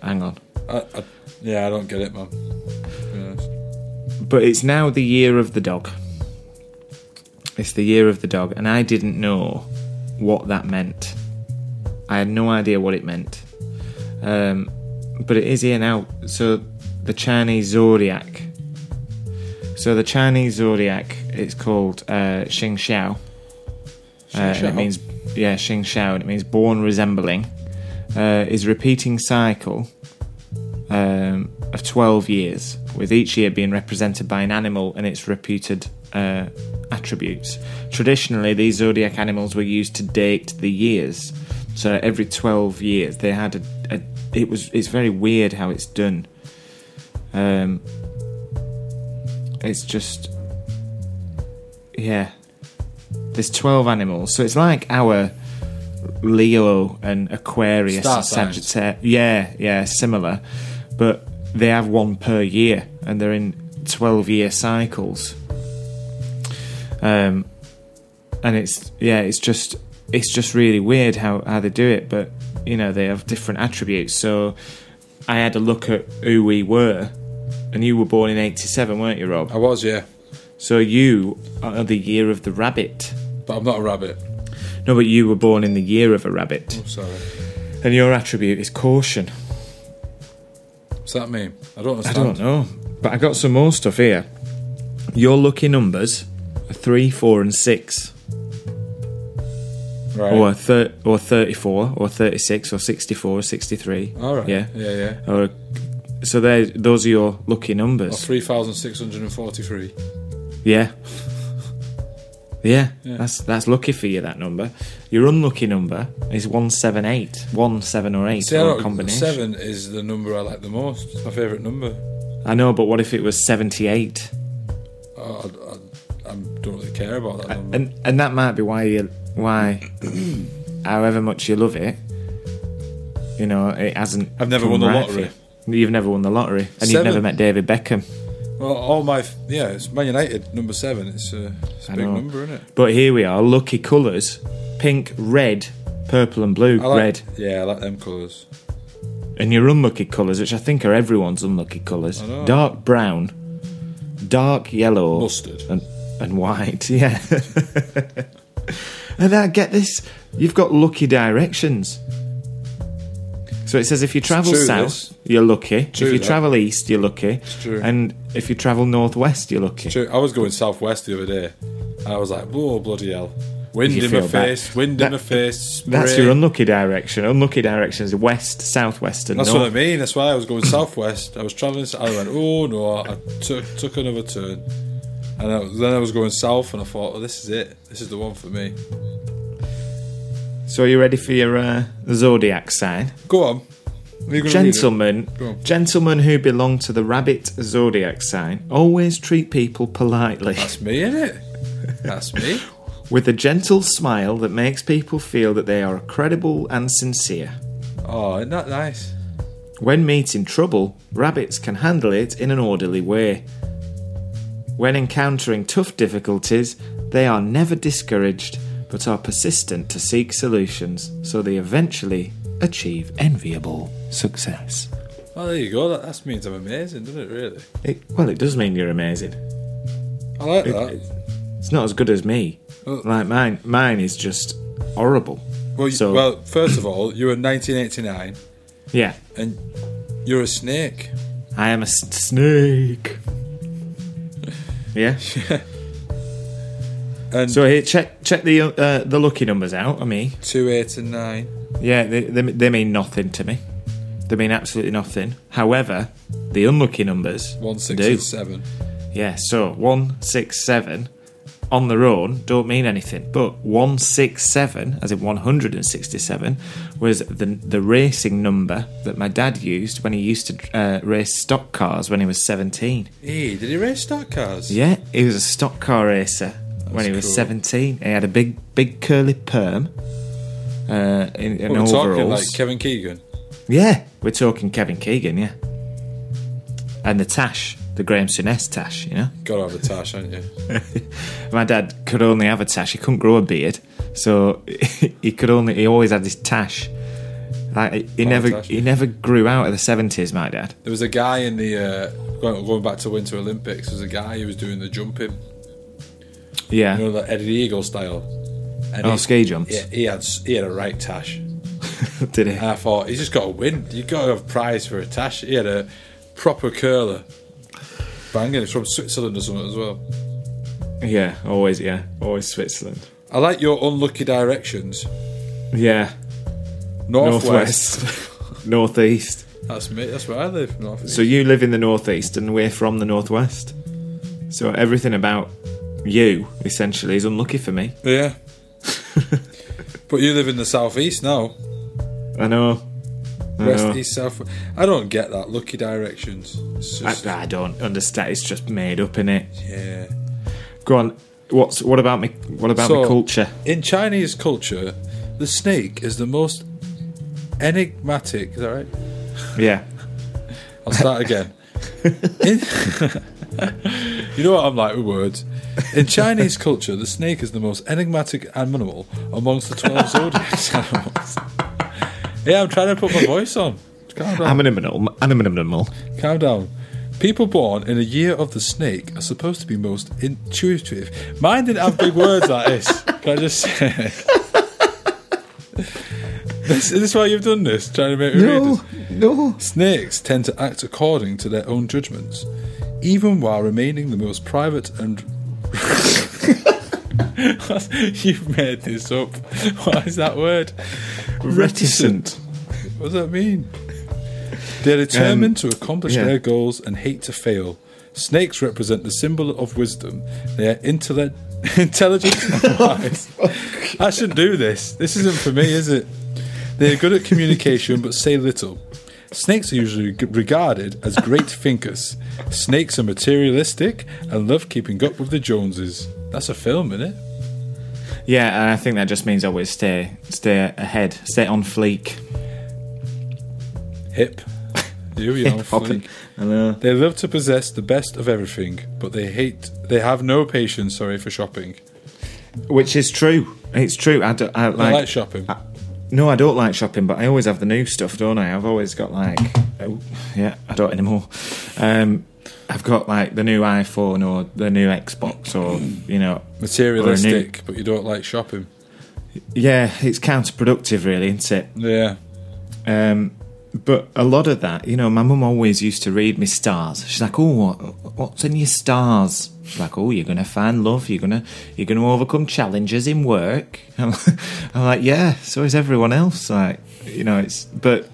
Speaker 2: Hang on.
Speaker 1: I, I, yeah, I don't get it, man. To be honest.
Speaker 2: but it's now the year of the dog. It's the year of the dog, and I didn't know what that meant. I had no idea what it meant. Um, but it is here now. So the Chinese zodiac. So the Chinese zodiac It's called uh, Xing Xiao. Uh, and
Speaker 1: Xiao?
Speaker 2: it means yeah, Xing Xiao, and it means born resembling. Uh, is a repeating cycle um, of twelve years, with each year being represented by an animal and its reputed uh, attributes. Traditionally, these zodiac animals were used to date the years. So every twelve years, they had a. a it was. It's very weird how it's done. Um, it's just yeah there's 12 animals so it's like our leo and aquarius
Speaker 1: Star
Speaker 2: and
Speaker 1: signs.
Speaker 2: sagittarius yeah yeah similar but they have one per year and they're in 12 year cycles um and it's yeah it's just it's just really weird how how they do it but you know they have different attributes so i had a look at who we were and you were born in 87 weren't you rob
Speaker 1: I was, yeah,
Speaker 2: so you are the year of the rabbit.
Speaker 1: but I'm not a rabbit.
Speaker 2: No, but you were born in the year of a rabbit.
Speaker 1: I'm sorry.
Speaker 2: And your attribute is caution.
Speaker 1: What's that mean? I don't
Speaker 2: I
Speaker 1: understand.
Speaker 2: don't know. But I got some more stuff here. Your lucky numbers are 3, 4, and 6.
Speaker 1: Right.
Speaker 2: Or, thir- or 34, or 36, or 64, or 63.
Speaker 1: All right.
Speaker 2: Yeah.
Speaker 1: Yeah, yeah.
Speaker 2: Or, so they're- those are your lucky
Speaker 1: Or
Speaker 2: numbers.
Speaker 1: three thousand six hundred and forty-three.
Speaker 2: Yeah. Yeah,
Speaker 1: Yeah.
Speaker 2: that's that's lucky for you. That number. Your unlucky number is one seven eight, one seven or eight,
Speaker 1: See, I
Speaker 2: or a
Speaker 1: don't-
Speaker 2: combination.
Speaker 1: seven is the number I like the most. It's my favourite number.
Speaker 2: I know, but what if it was 78?
Speaker 1: Oh, I, I, I don't really care about that number.
Speaker 2: And and that might be why you why however much you love it, you know, it hasn't
Speaker 1: I've never
Speaker 2: come
Speaker 1: won the
Speaker 2: right for
Speaker 1: lottery.
Speaker 2: you. You've never won the lottery and you've
Speaker 1: Seven.
Speaker 2: never met David Beckham.
Speaker 1: Well, all my f- yeah, it's Man United number seven. It's a, it's a
Speaker 2: I
Speaker 1: big
Speaker 2: know.
Speaker 1: number, isn't it?
Speaker 2: But here we are, lucky colours, pink, red, purple and blue,
Speaker 1: I like,
Speaker 2: red.
Speaker 1: Yeah, I like them colours.
Speaker 2: And your unlucky colours, which I think are everyone's unlucky colours.
Speaker 1: I know.
Speaker 2: Dark brown, dark yellow,
Speaker 1: Mustard.
Speaker 2: Oh. and and white. Yeah. and then get this, you've got lucky directions. So it says if you travel
Speaker 1: true,
Speaker 2: south,
Speaker 1: this.
Speaker 2: you're lucky.
Speaker 1: true,
Speaker 2: if you
Speaker 1: that.
Speaker 2: travel east, you're lucky. It's
Speaker 1: true.
Speaker 2: And if you travel northwest, you're lucky.
Speaker 1: True. I was going southwest the other day, and I was like, "Whoa, bloody hell! Wind
Speaker 2: You
Speaker 1: in my
Speaker 2: feel bad.
Speaker 1: face, wind
Speaker 2: That-
Speaker 1: in my face."
Speaker 2: That's
Speaker 1: spray.
Speaker 2: your unlucky direction. Unlucky direction is west, southwest, and
Speaker 1: That's
Speaker 2: north.
Speaker 1: what I mean. That's why I was going southwest. I was traveling. I went, "Oh no!" I took took another turn, and I, then I was going south, and I thought, "Oh, this is it. This is the one for me."
Speaker 2: So are you ready for your uh, zodiac sign?
Speaker 1: Go on. Are you gonna read it?
Speaker 2: Gentlemen,
Speaker 1: Go on.
Speaker 2: gentlemen who belong to the rabbit zodiac sign always treat people politely
Speaker 1: That's me, isn't it? That's me.
Speaker 2: with a gentle smile that makes people feel that they are credible and sincere.
Speaker 1: Oh, isn't that nice?
Speaker 2: When meeting trouble, rabbits can handle it in an orderly way. When encountering tough difficulties, they are never discouraged but are persistent to seek solutions so they eventually achieve enviable success.
Speaker 1: Oh, there you go. That, that means I'm amazing, doesn't it? Really?
Speaker 2: It, well, it does mean you're amazing.
Speaker 1: I like
Speaker 2: It-
Speaker 1: that.
Speaker 2: It's not as good as me.
Speaker 1: Oh.
Speaker 2: Like mine, mine is just horrible.
Speaker 1: Well,
Speaker 2: so
Speaker 1: you, well, first of all, you were 1989,
Speaker 2: yeah,
Speaker 1: and you're a snake.
Speaker 2: I am a s- snake. yeah.
Speaker 1: And
Speaker 2: So here, check check the uh, the lucky numbers out on me.
Speaker 1: two, eight, and nine.
Speaker 2: Yeah, they, they they mean nothing to me. They mean absolutely nothing. However, the unlucky numbers
Speaker 1: One, six,
Speaker 2: do.
Speaker 1: and seven.
Speaker 2: Yeah, so one six seven on their own don't mean anything, but one six seven, as in one hundred and sixty seven, was the the racing number that my dad used when he used to uh, race stock cars when he was seventeen.
Speaker 1: Hey, did he race stock cars?
Speaker 2: Yeah, he was a stock car racer when
Speaker 1: That's
Speaker 2: he was
Speaker 1: cool.
Speaker 2: seventeen. He had a big big curly perm. Uh, in, in
Speaker 1: What, we're
Speaker 2: overalls.
Speaker 1: talking like Kevin Keegan.
Speaker 2: Yeah, we're talking Kevin Keegan, yeah. And the Tash, the Graham Souness Tash, you know.
Speaker 1: Gotta have a tash, haven't you?
Speaker 2: My dad could only have a tash. He couldn't grow a beard, so he could only. He always had this tash. Like he- he
Speaker 1: Oh,
Speaker 2: never,
Speaker 1: tash.
Speaker 2: he never grew out of the seventies. My dad.
Speaker 1: There was a guy in the uh, going, going back to Winter Olympics. There was a guy who was doing the jumping,
Speaker 2: Yeah.
Speaker 1: you know, like Eddie Eagle style. And
Speaker 2: oh,
Speaker 1: he-
Speaker 2: ski jumps.
Speaker 1: Yeah, he had s- he had a right tash.
Speaker 2: Did he?
Speaker 1: And I thought he's just got to win. You got to have prize for a tash. He had a proper curler, banging. It's from Switzerland or something as well.
Speaker 2: Yeah, always. Yeah, always Switzerland.
Speaker 1: I like your unlucky directions.
Speaker 2: Yeah,
Speaker 1: Northwest.
Speaker 2: northwest, northeast.
Speaker 1: That's me. That's where I live. Northeast.
Speaker 2: So you live in the northeast, and we're from the northwest. So everything about you essentially is unlucky for me.
Speaker 1: yeah. but you live in the southeast now.
Speaker 2: I know. I
Speaker 1: West,
Speaker 2: know.
Speaker 1: east, south. I don't get that. Lucky directions. It's just,
Speaker 2: I, I don't understand. It's just made up in it.
Speaker 1: yeah.
Speaker 2: Go on. What's what about me? What about
Speaker 1: So-
Speaker 2: me culture?
Speaker 1: In Chinese culture, the snake is the most enigmatic. Is that right?
Speaker 2: Yeah.
Speaker 1: I'll start again. In, you know what I'm like with words. In Chinese culture, the snake is the most enigmatic animal amongst the 12 zodiac animals. Yeah, I'm trying to put my voice on. Calm down.
Speaker 2: I'm an animal. I'm an animal.
Speaker 1: Calm down. People born in a year of the snake are supposed to be most intuitive. Mine didn't have big words like this. Can I just say it? this? Is this why you've done this? Trying to make me read this?
Speaker 2: no.
Speaker 1: Snakes tend to act according to their own judgments, even while remaining the most private and. You've made this up. What is that word?
Speaker 2: Reticent.
Speaker 1: What does that mean? They're determined to accomplish
Speaker 2: yeah.
Speaker 1: their goals and hate to fail. Snakes represent the symbol of wisdom. They are intelle- intelligent and wise. I shouldn't do this. This isn't for me, is it? They are good at communication but say little. Snakes are usually g- regarded as great thinkers. Snakes are materialistic and love keeping up with the Joneses. That's a film, isn't it?
Speaker 2: Yeah, and I think that just means always stay stay ahead, stay on fleek.
Speaker 1: Hip. You, you know,
Speaker 2: Hopping. I know.
Speaker 1: They love to possess the best of everything, but they hate. They have no patience. Sorry for shopping.
Speaker 2: Which is true. It's true. I don't. I
Speaker 1: I
Speaker 2: like. uh,
Speaker 1: like shopping.
Speaker 2: I- no, I don't like shopping, but I always have the new stuff, don't I? I've always got like. Oh, yeah, I don't anymore. Um, I've got like the new iPhone or the new Xbox or you know.
Speaker 1: Materialistic, but you don't like shopping.
Speaker 2: Yeah, it's counterproductive, really, isn't it?
Speaker 1: Yeah,
Speaker 2: Um, but a lot of that, you know, my mum always used to read me stars. She's like, "Oh, what, what's in your stars?" She's like, "Oh, you're gonna find love. You're gonna you're gonna overcome challenges in work." I'm, I'm like, "Yeah." So is everyone else. Like, you know, it's but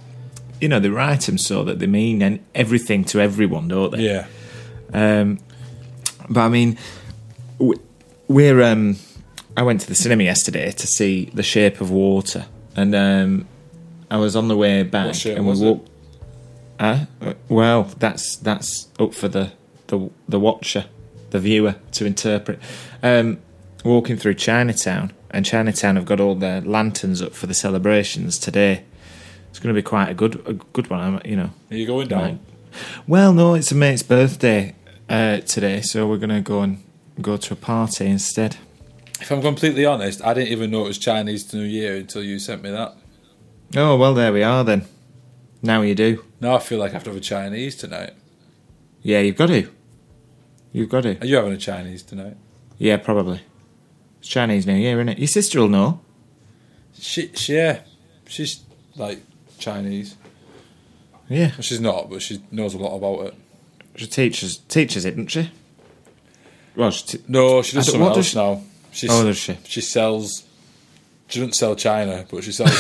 Speaker 2: you know they write them so that they mean and everything to everyone, don't they?
Speaker 1: yeah.
Speaker 2: Um, but I mean, w- we're. Um, I went to the cinema yesterday to see The Shape of Water, and um, I was on the way back,
Speaker 1: What shape
Speaker 2: and we
Speaker 1: was it?
Speaker 2: walked. Huh? Uh, well, that's that's up for the the the watcher, the viewer to interpret. Um, walking through Chinatown, and Chinatown have got all their lanterns up for the celebrations today. It's going to be quite a good a good one, I'm- you know.
Speaker 1: Are you going down?
Speaker 2: Right. Well, no, it's a mate's birthday uh, today, so we're gonna go and go to a party instead.
Speaker 1: If I'm completely honest, I didn't even know it was Chinese New Year until you sent me that.
Speaker 2: Oh well, there we are then. Now you do.
Speaker 1: Now I feel like I have to have a Chinese tonight.
Speaker 2: Yeah, you've got to. You've got to.
Speaker 1: Are you having a Chinese tonight?
Speaker 2: Yeah, probably. It's Chinese New Year, isn't it? Your sister will know.
Speaker 1: She, she yeah, she's like Chinese.
Speaker 2: Yeah,
Speaker 1: Well, she's not, but she knows a lot about it.
Speaker 2: she teaches teaches it, doesn't she? Well, she t-
Speaker 1: No, she does
Speaker 2: I don't-
Speaker 1: something
Speaker 2: what
Speaker 1: else
Speaker 2: does she-
Speaker 1: now. She's,
Speaker 2: oh, does she?
Speaker 1: she sells. She doesn't sell China, but she sells.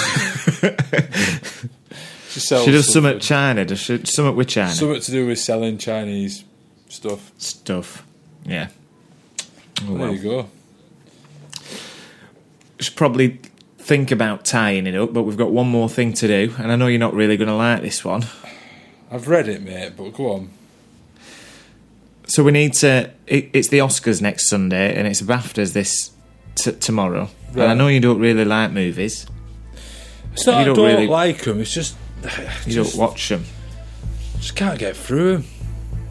Speaker 1: she sells.
Speaker 2: She does some
Speaker 1: something,
Speaker 2: at China. Does she? Some with China
Speaker 1: something to do with selling Chinese stuff.
Speaker 2: stuff. Yeah. Oh,
Speaker 1: There
Speaker 2: well.
Speaker 1: you go.
Speaker 2: should probably think about tying it up, but we've got one more thing to do, and I know you're not really going to like this one.
Speaker 1: I've read it, mate. But go on.
Speaker 2: So we need to. It, it's the Oscars next Sunday, and it's BAFTAs this t- tomorrow. And I
Speaker 1: Right.
Speaker 2: know you don't really like movies.
Speaker 1: It's not.
Speaker 2: You
Speaker 1: I
Speaker 2: don't
Speaker 1: don't
Speaker 2: really-
Speaker 1: like them. It's just.
Speaker 2: You
Speaker 1: just-
Speaker 2: don't watch them.
Speaker 1: Just can't get through them.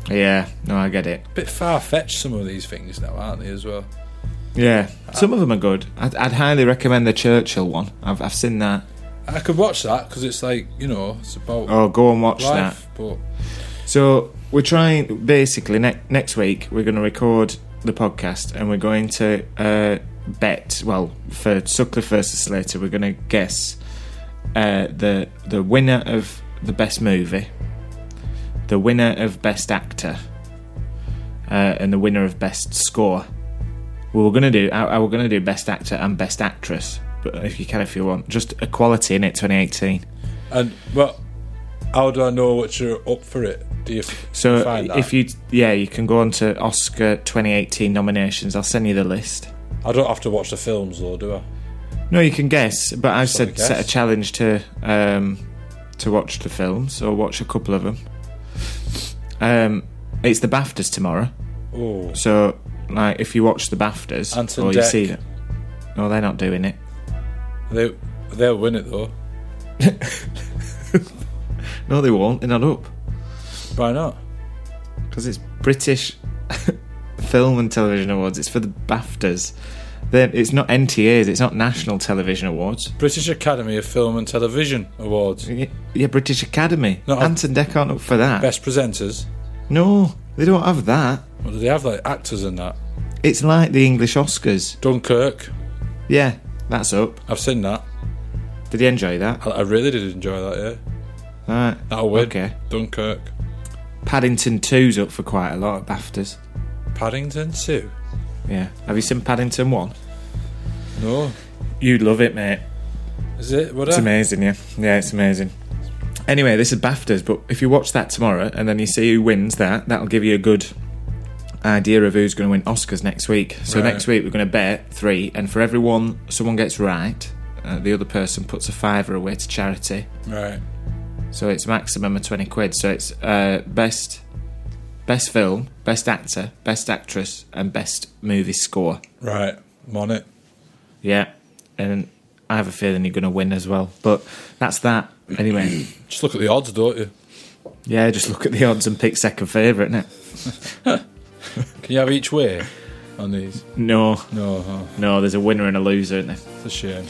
Speaker 2: Yeah, no, I get it.
Speaker 1: Bit far fetched some of these things now, aren't they? As well.
Speaker 2: Yeah,
Speaker 1: Uh,
Speaker 2: some of them are good. I'd, I'd highly recommend the Churchill one. I've, I've seen that.
Speaker 1: I could watch that because it's like you know it's about
Speaker 2: Oh, go and watch that.
Speaker 1: life, but
Speaker 2: So we're trying basically ne- next week we're going to record the podcast and we're going to uh, bet. Well, for Sutcliffe versus Slater, we're going to guess uh, the the winner of the best movie, the winner of best actor, uh, and the winner of best score. we were gonna do I, I were gonna do best actor and best actress, but if you can, if you want, just equality in it 2018.
Speaker 1: And well, how do I know what you're up for it? Do you f-
Speaker 2: So
Speaker 1: find that?
Speaker 2: if you yeah, you can go on to Oscar 2018 nominations. I'll send you the list.
Speaker 1: I don't have to watch the films though, do I?
Speaker 2: No, you can guess, but I've
Speaker 1: Sort
Speaker 2: said
Speaker 1: of
Speaker 2: set a
Speaker 1: guess.
Speaker 2: challenge to um, to watch the films or watch a couple of them. Um, it's the Baftas tomorrow,
Speaker 1: Oh,
Speaker 2: so like if you watch the Baftas
Speaker 1: Anton
Speaker 2: or you
Speaker 1: Deck.
Speaker 2: see them, no, they're not doing it.
Speaker 1: they they'll win it though.
Speaker 2: No, they won't. They're not up
Speaker 1: Why not?
Speaker 2: because it's British Film and Television Awards. It's for the Baftas. Then it's not NTAs. It's not National Television Awards.
Speaker 1: British Academy of Film and Television Awards.
Speaker 2: Y- Yeah, British Academy.
Speaker 1: No, I-
Speaker 2: Anton Deck aren't up for that.
Speaker 1: Best presenters.
Speaker 2: No, they don't have that.
Speaker 1: What do they have like actors in that?
Speaker 2: It's like the English Oscars.
Speaker 1: Dunkirk.
Speaker 2: Yeah, that's up.
Speaker 1: I've seen that.
Speaker 2: Did you enjoy that?
Speaker 1: I, I really did enjoy that. Yeah,
Speaker 2: Alright.
Speaker 1: that'll win.
Speaker 2: Okay.
Speaker 1: Dunkirk.
Speaker 2: Paddington 2's up for quite a lot of BAFTAs.
Speaker 1: Paddington too.
Speaker 2: Yeah. Have you seen Paddington 1?
Speaker 1: No,
Speaker 2: You'd love it, mate.
Speaker 1: is it? What?
Speaker 2: It's
Speaker 1: I-
Speaker 2: amazing, yeah. Yeah, it's amazing. Anyway, this is BAFTAs, but if you watch that tomorrow and then you see who wins that, that'll give you a good idea of who's going to win Oscars next week. So
Speaker 1: Right.
Speaker 2: next week we're going to bet three, and for everyone someone gets right, uh, the other person puts a fiver away to charity.
Speaker 1: Right.
Speaker 2: So it's maximum of twenty quid. So it's uh, best, best film, best actor, best actress, and best movie score.
Speaker 1: Right. I'm on it.
Speaker 2: Yeah, and I have a feeling you're going to win as well. But that's that. Anyway,
Speaker 1: Just look at the odds, don't you?
Speaker 2: yeah, just look at the odds and pick second favourite, innit?
Speaker 1: Can you have each way on these?
Speaker 2: No,
Speaker 1: No, oh,
Speaker 2: no, there's a winner and a loser, isn't there?
Speaker 1: it's a shame.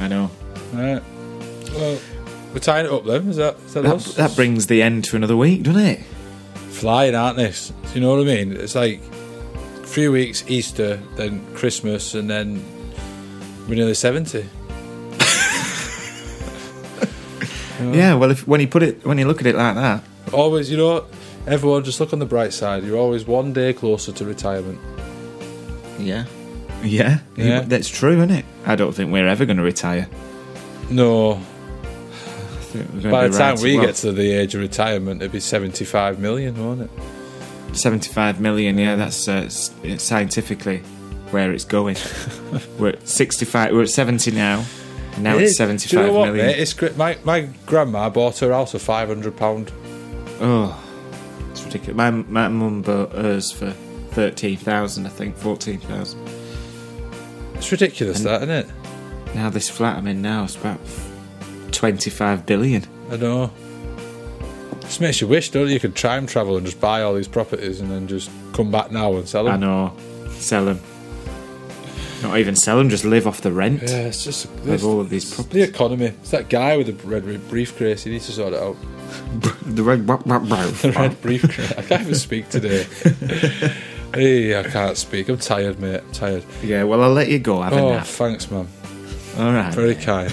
Speaker 2: I know.
Speaker 1: Right. Well, we're tying it up then. Is that is that,
Speaker 2: That,
Speaker 1: us?
Speaker 2: that brings the end to another week, doesn't it?
Speaker 1: flying, aren't they? Do you know what I mean? It's like three weeks Easter, then Christmas, and then we're nearly seventy.
Speaker 2: Yeah. Well, if when you put it, when you look at it like that,
Speaker 1: Always, you know, everyone just look on the bright side. You're always one day closer to retirement.
Speaker 2: yeah, yeah,
Speaker 1: Yeah.
Speaker 2: that's true, isn't it? I don't think we're ever going to retire.
Speaker 1: No,
Speaker 2: I think we're gonna
Speaker 1: by
Speaker 2: be
Speaker 1: the time
Speaker 2: right-
Speaker 1: we
Speaker 2: well,
Speaker 1: get to the age of retirement, it'd be seventy-five million, won't it?
Speaker 2: 75 million yeah that's uh, s- it's scientifically where it's going we're at 65 we're at 70 now and now it's
Speaker 1: Do you
Speaker 2: seventy-five
Speaker 1: know
Speaker 2: million.
Speaker 1: what, mate? It's great. My my grandma bought her house for five hundred pound.
Speaker 2: oh it's ridiculous my, my mum bought hers for 13,000 I think 14,000
Speaker 1: It's ridiculous, that isn't it?
Speaker 2: now this flat I'm in now is about 25 billion
Speaker 1: I know. Just makes you wish, don't it? You could time travel and just buy all these properties and then just come back now and sell
Speaker 2: I
Speaker 1: them.
Speaker 2: know sell them not even sell them just live off the rent
Speaker 1: Yeah, it's just
Speaker 2: of
Speaker 1: this,
Speaker 2: all of these
Speaker 1: it's the
Speaker 2: properties
Speaker 1: economy. It's that guy with the red, red briefcase. He needs to sort it out.
Speaker 2: the red,
Speaker 1: The red briefcase. I can't even speak today. hey, I can't speak. I'm tired, mate. I'm tired.
Speaker 2: yeah well I'll let you go have a
Speaker 1: Oh,
Speaker 2: nap
Speaker 1: thanks, man.
Speaker 2: alright
Speaker 1: Very kind.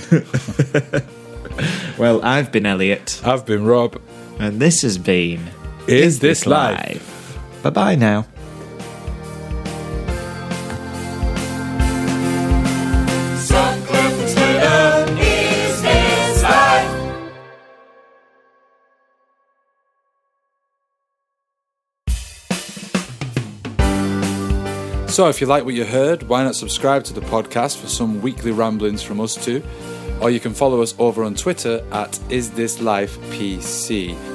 Speaker 2: well I've been Elliot
Speaker 1: I've been Rob.
Speaker 2: And this has been
Speaker 1: Is this life?
Speaker 2: Bye bye now.
Speaker 3: Is this life?
Speaker 1: So, if you like what you heard, why not subscribe to the podcast for some weekly ramblings from us too? Or you can follow us over on Twitter at Is This Life PC.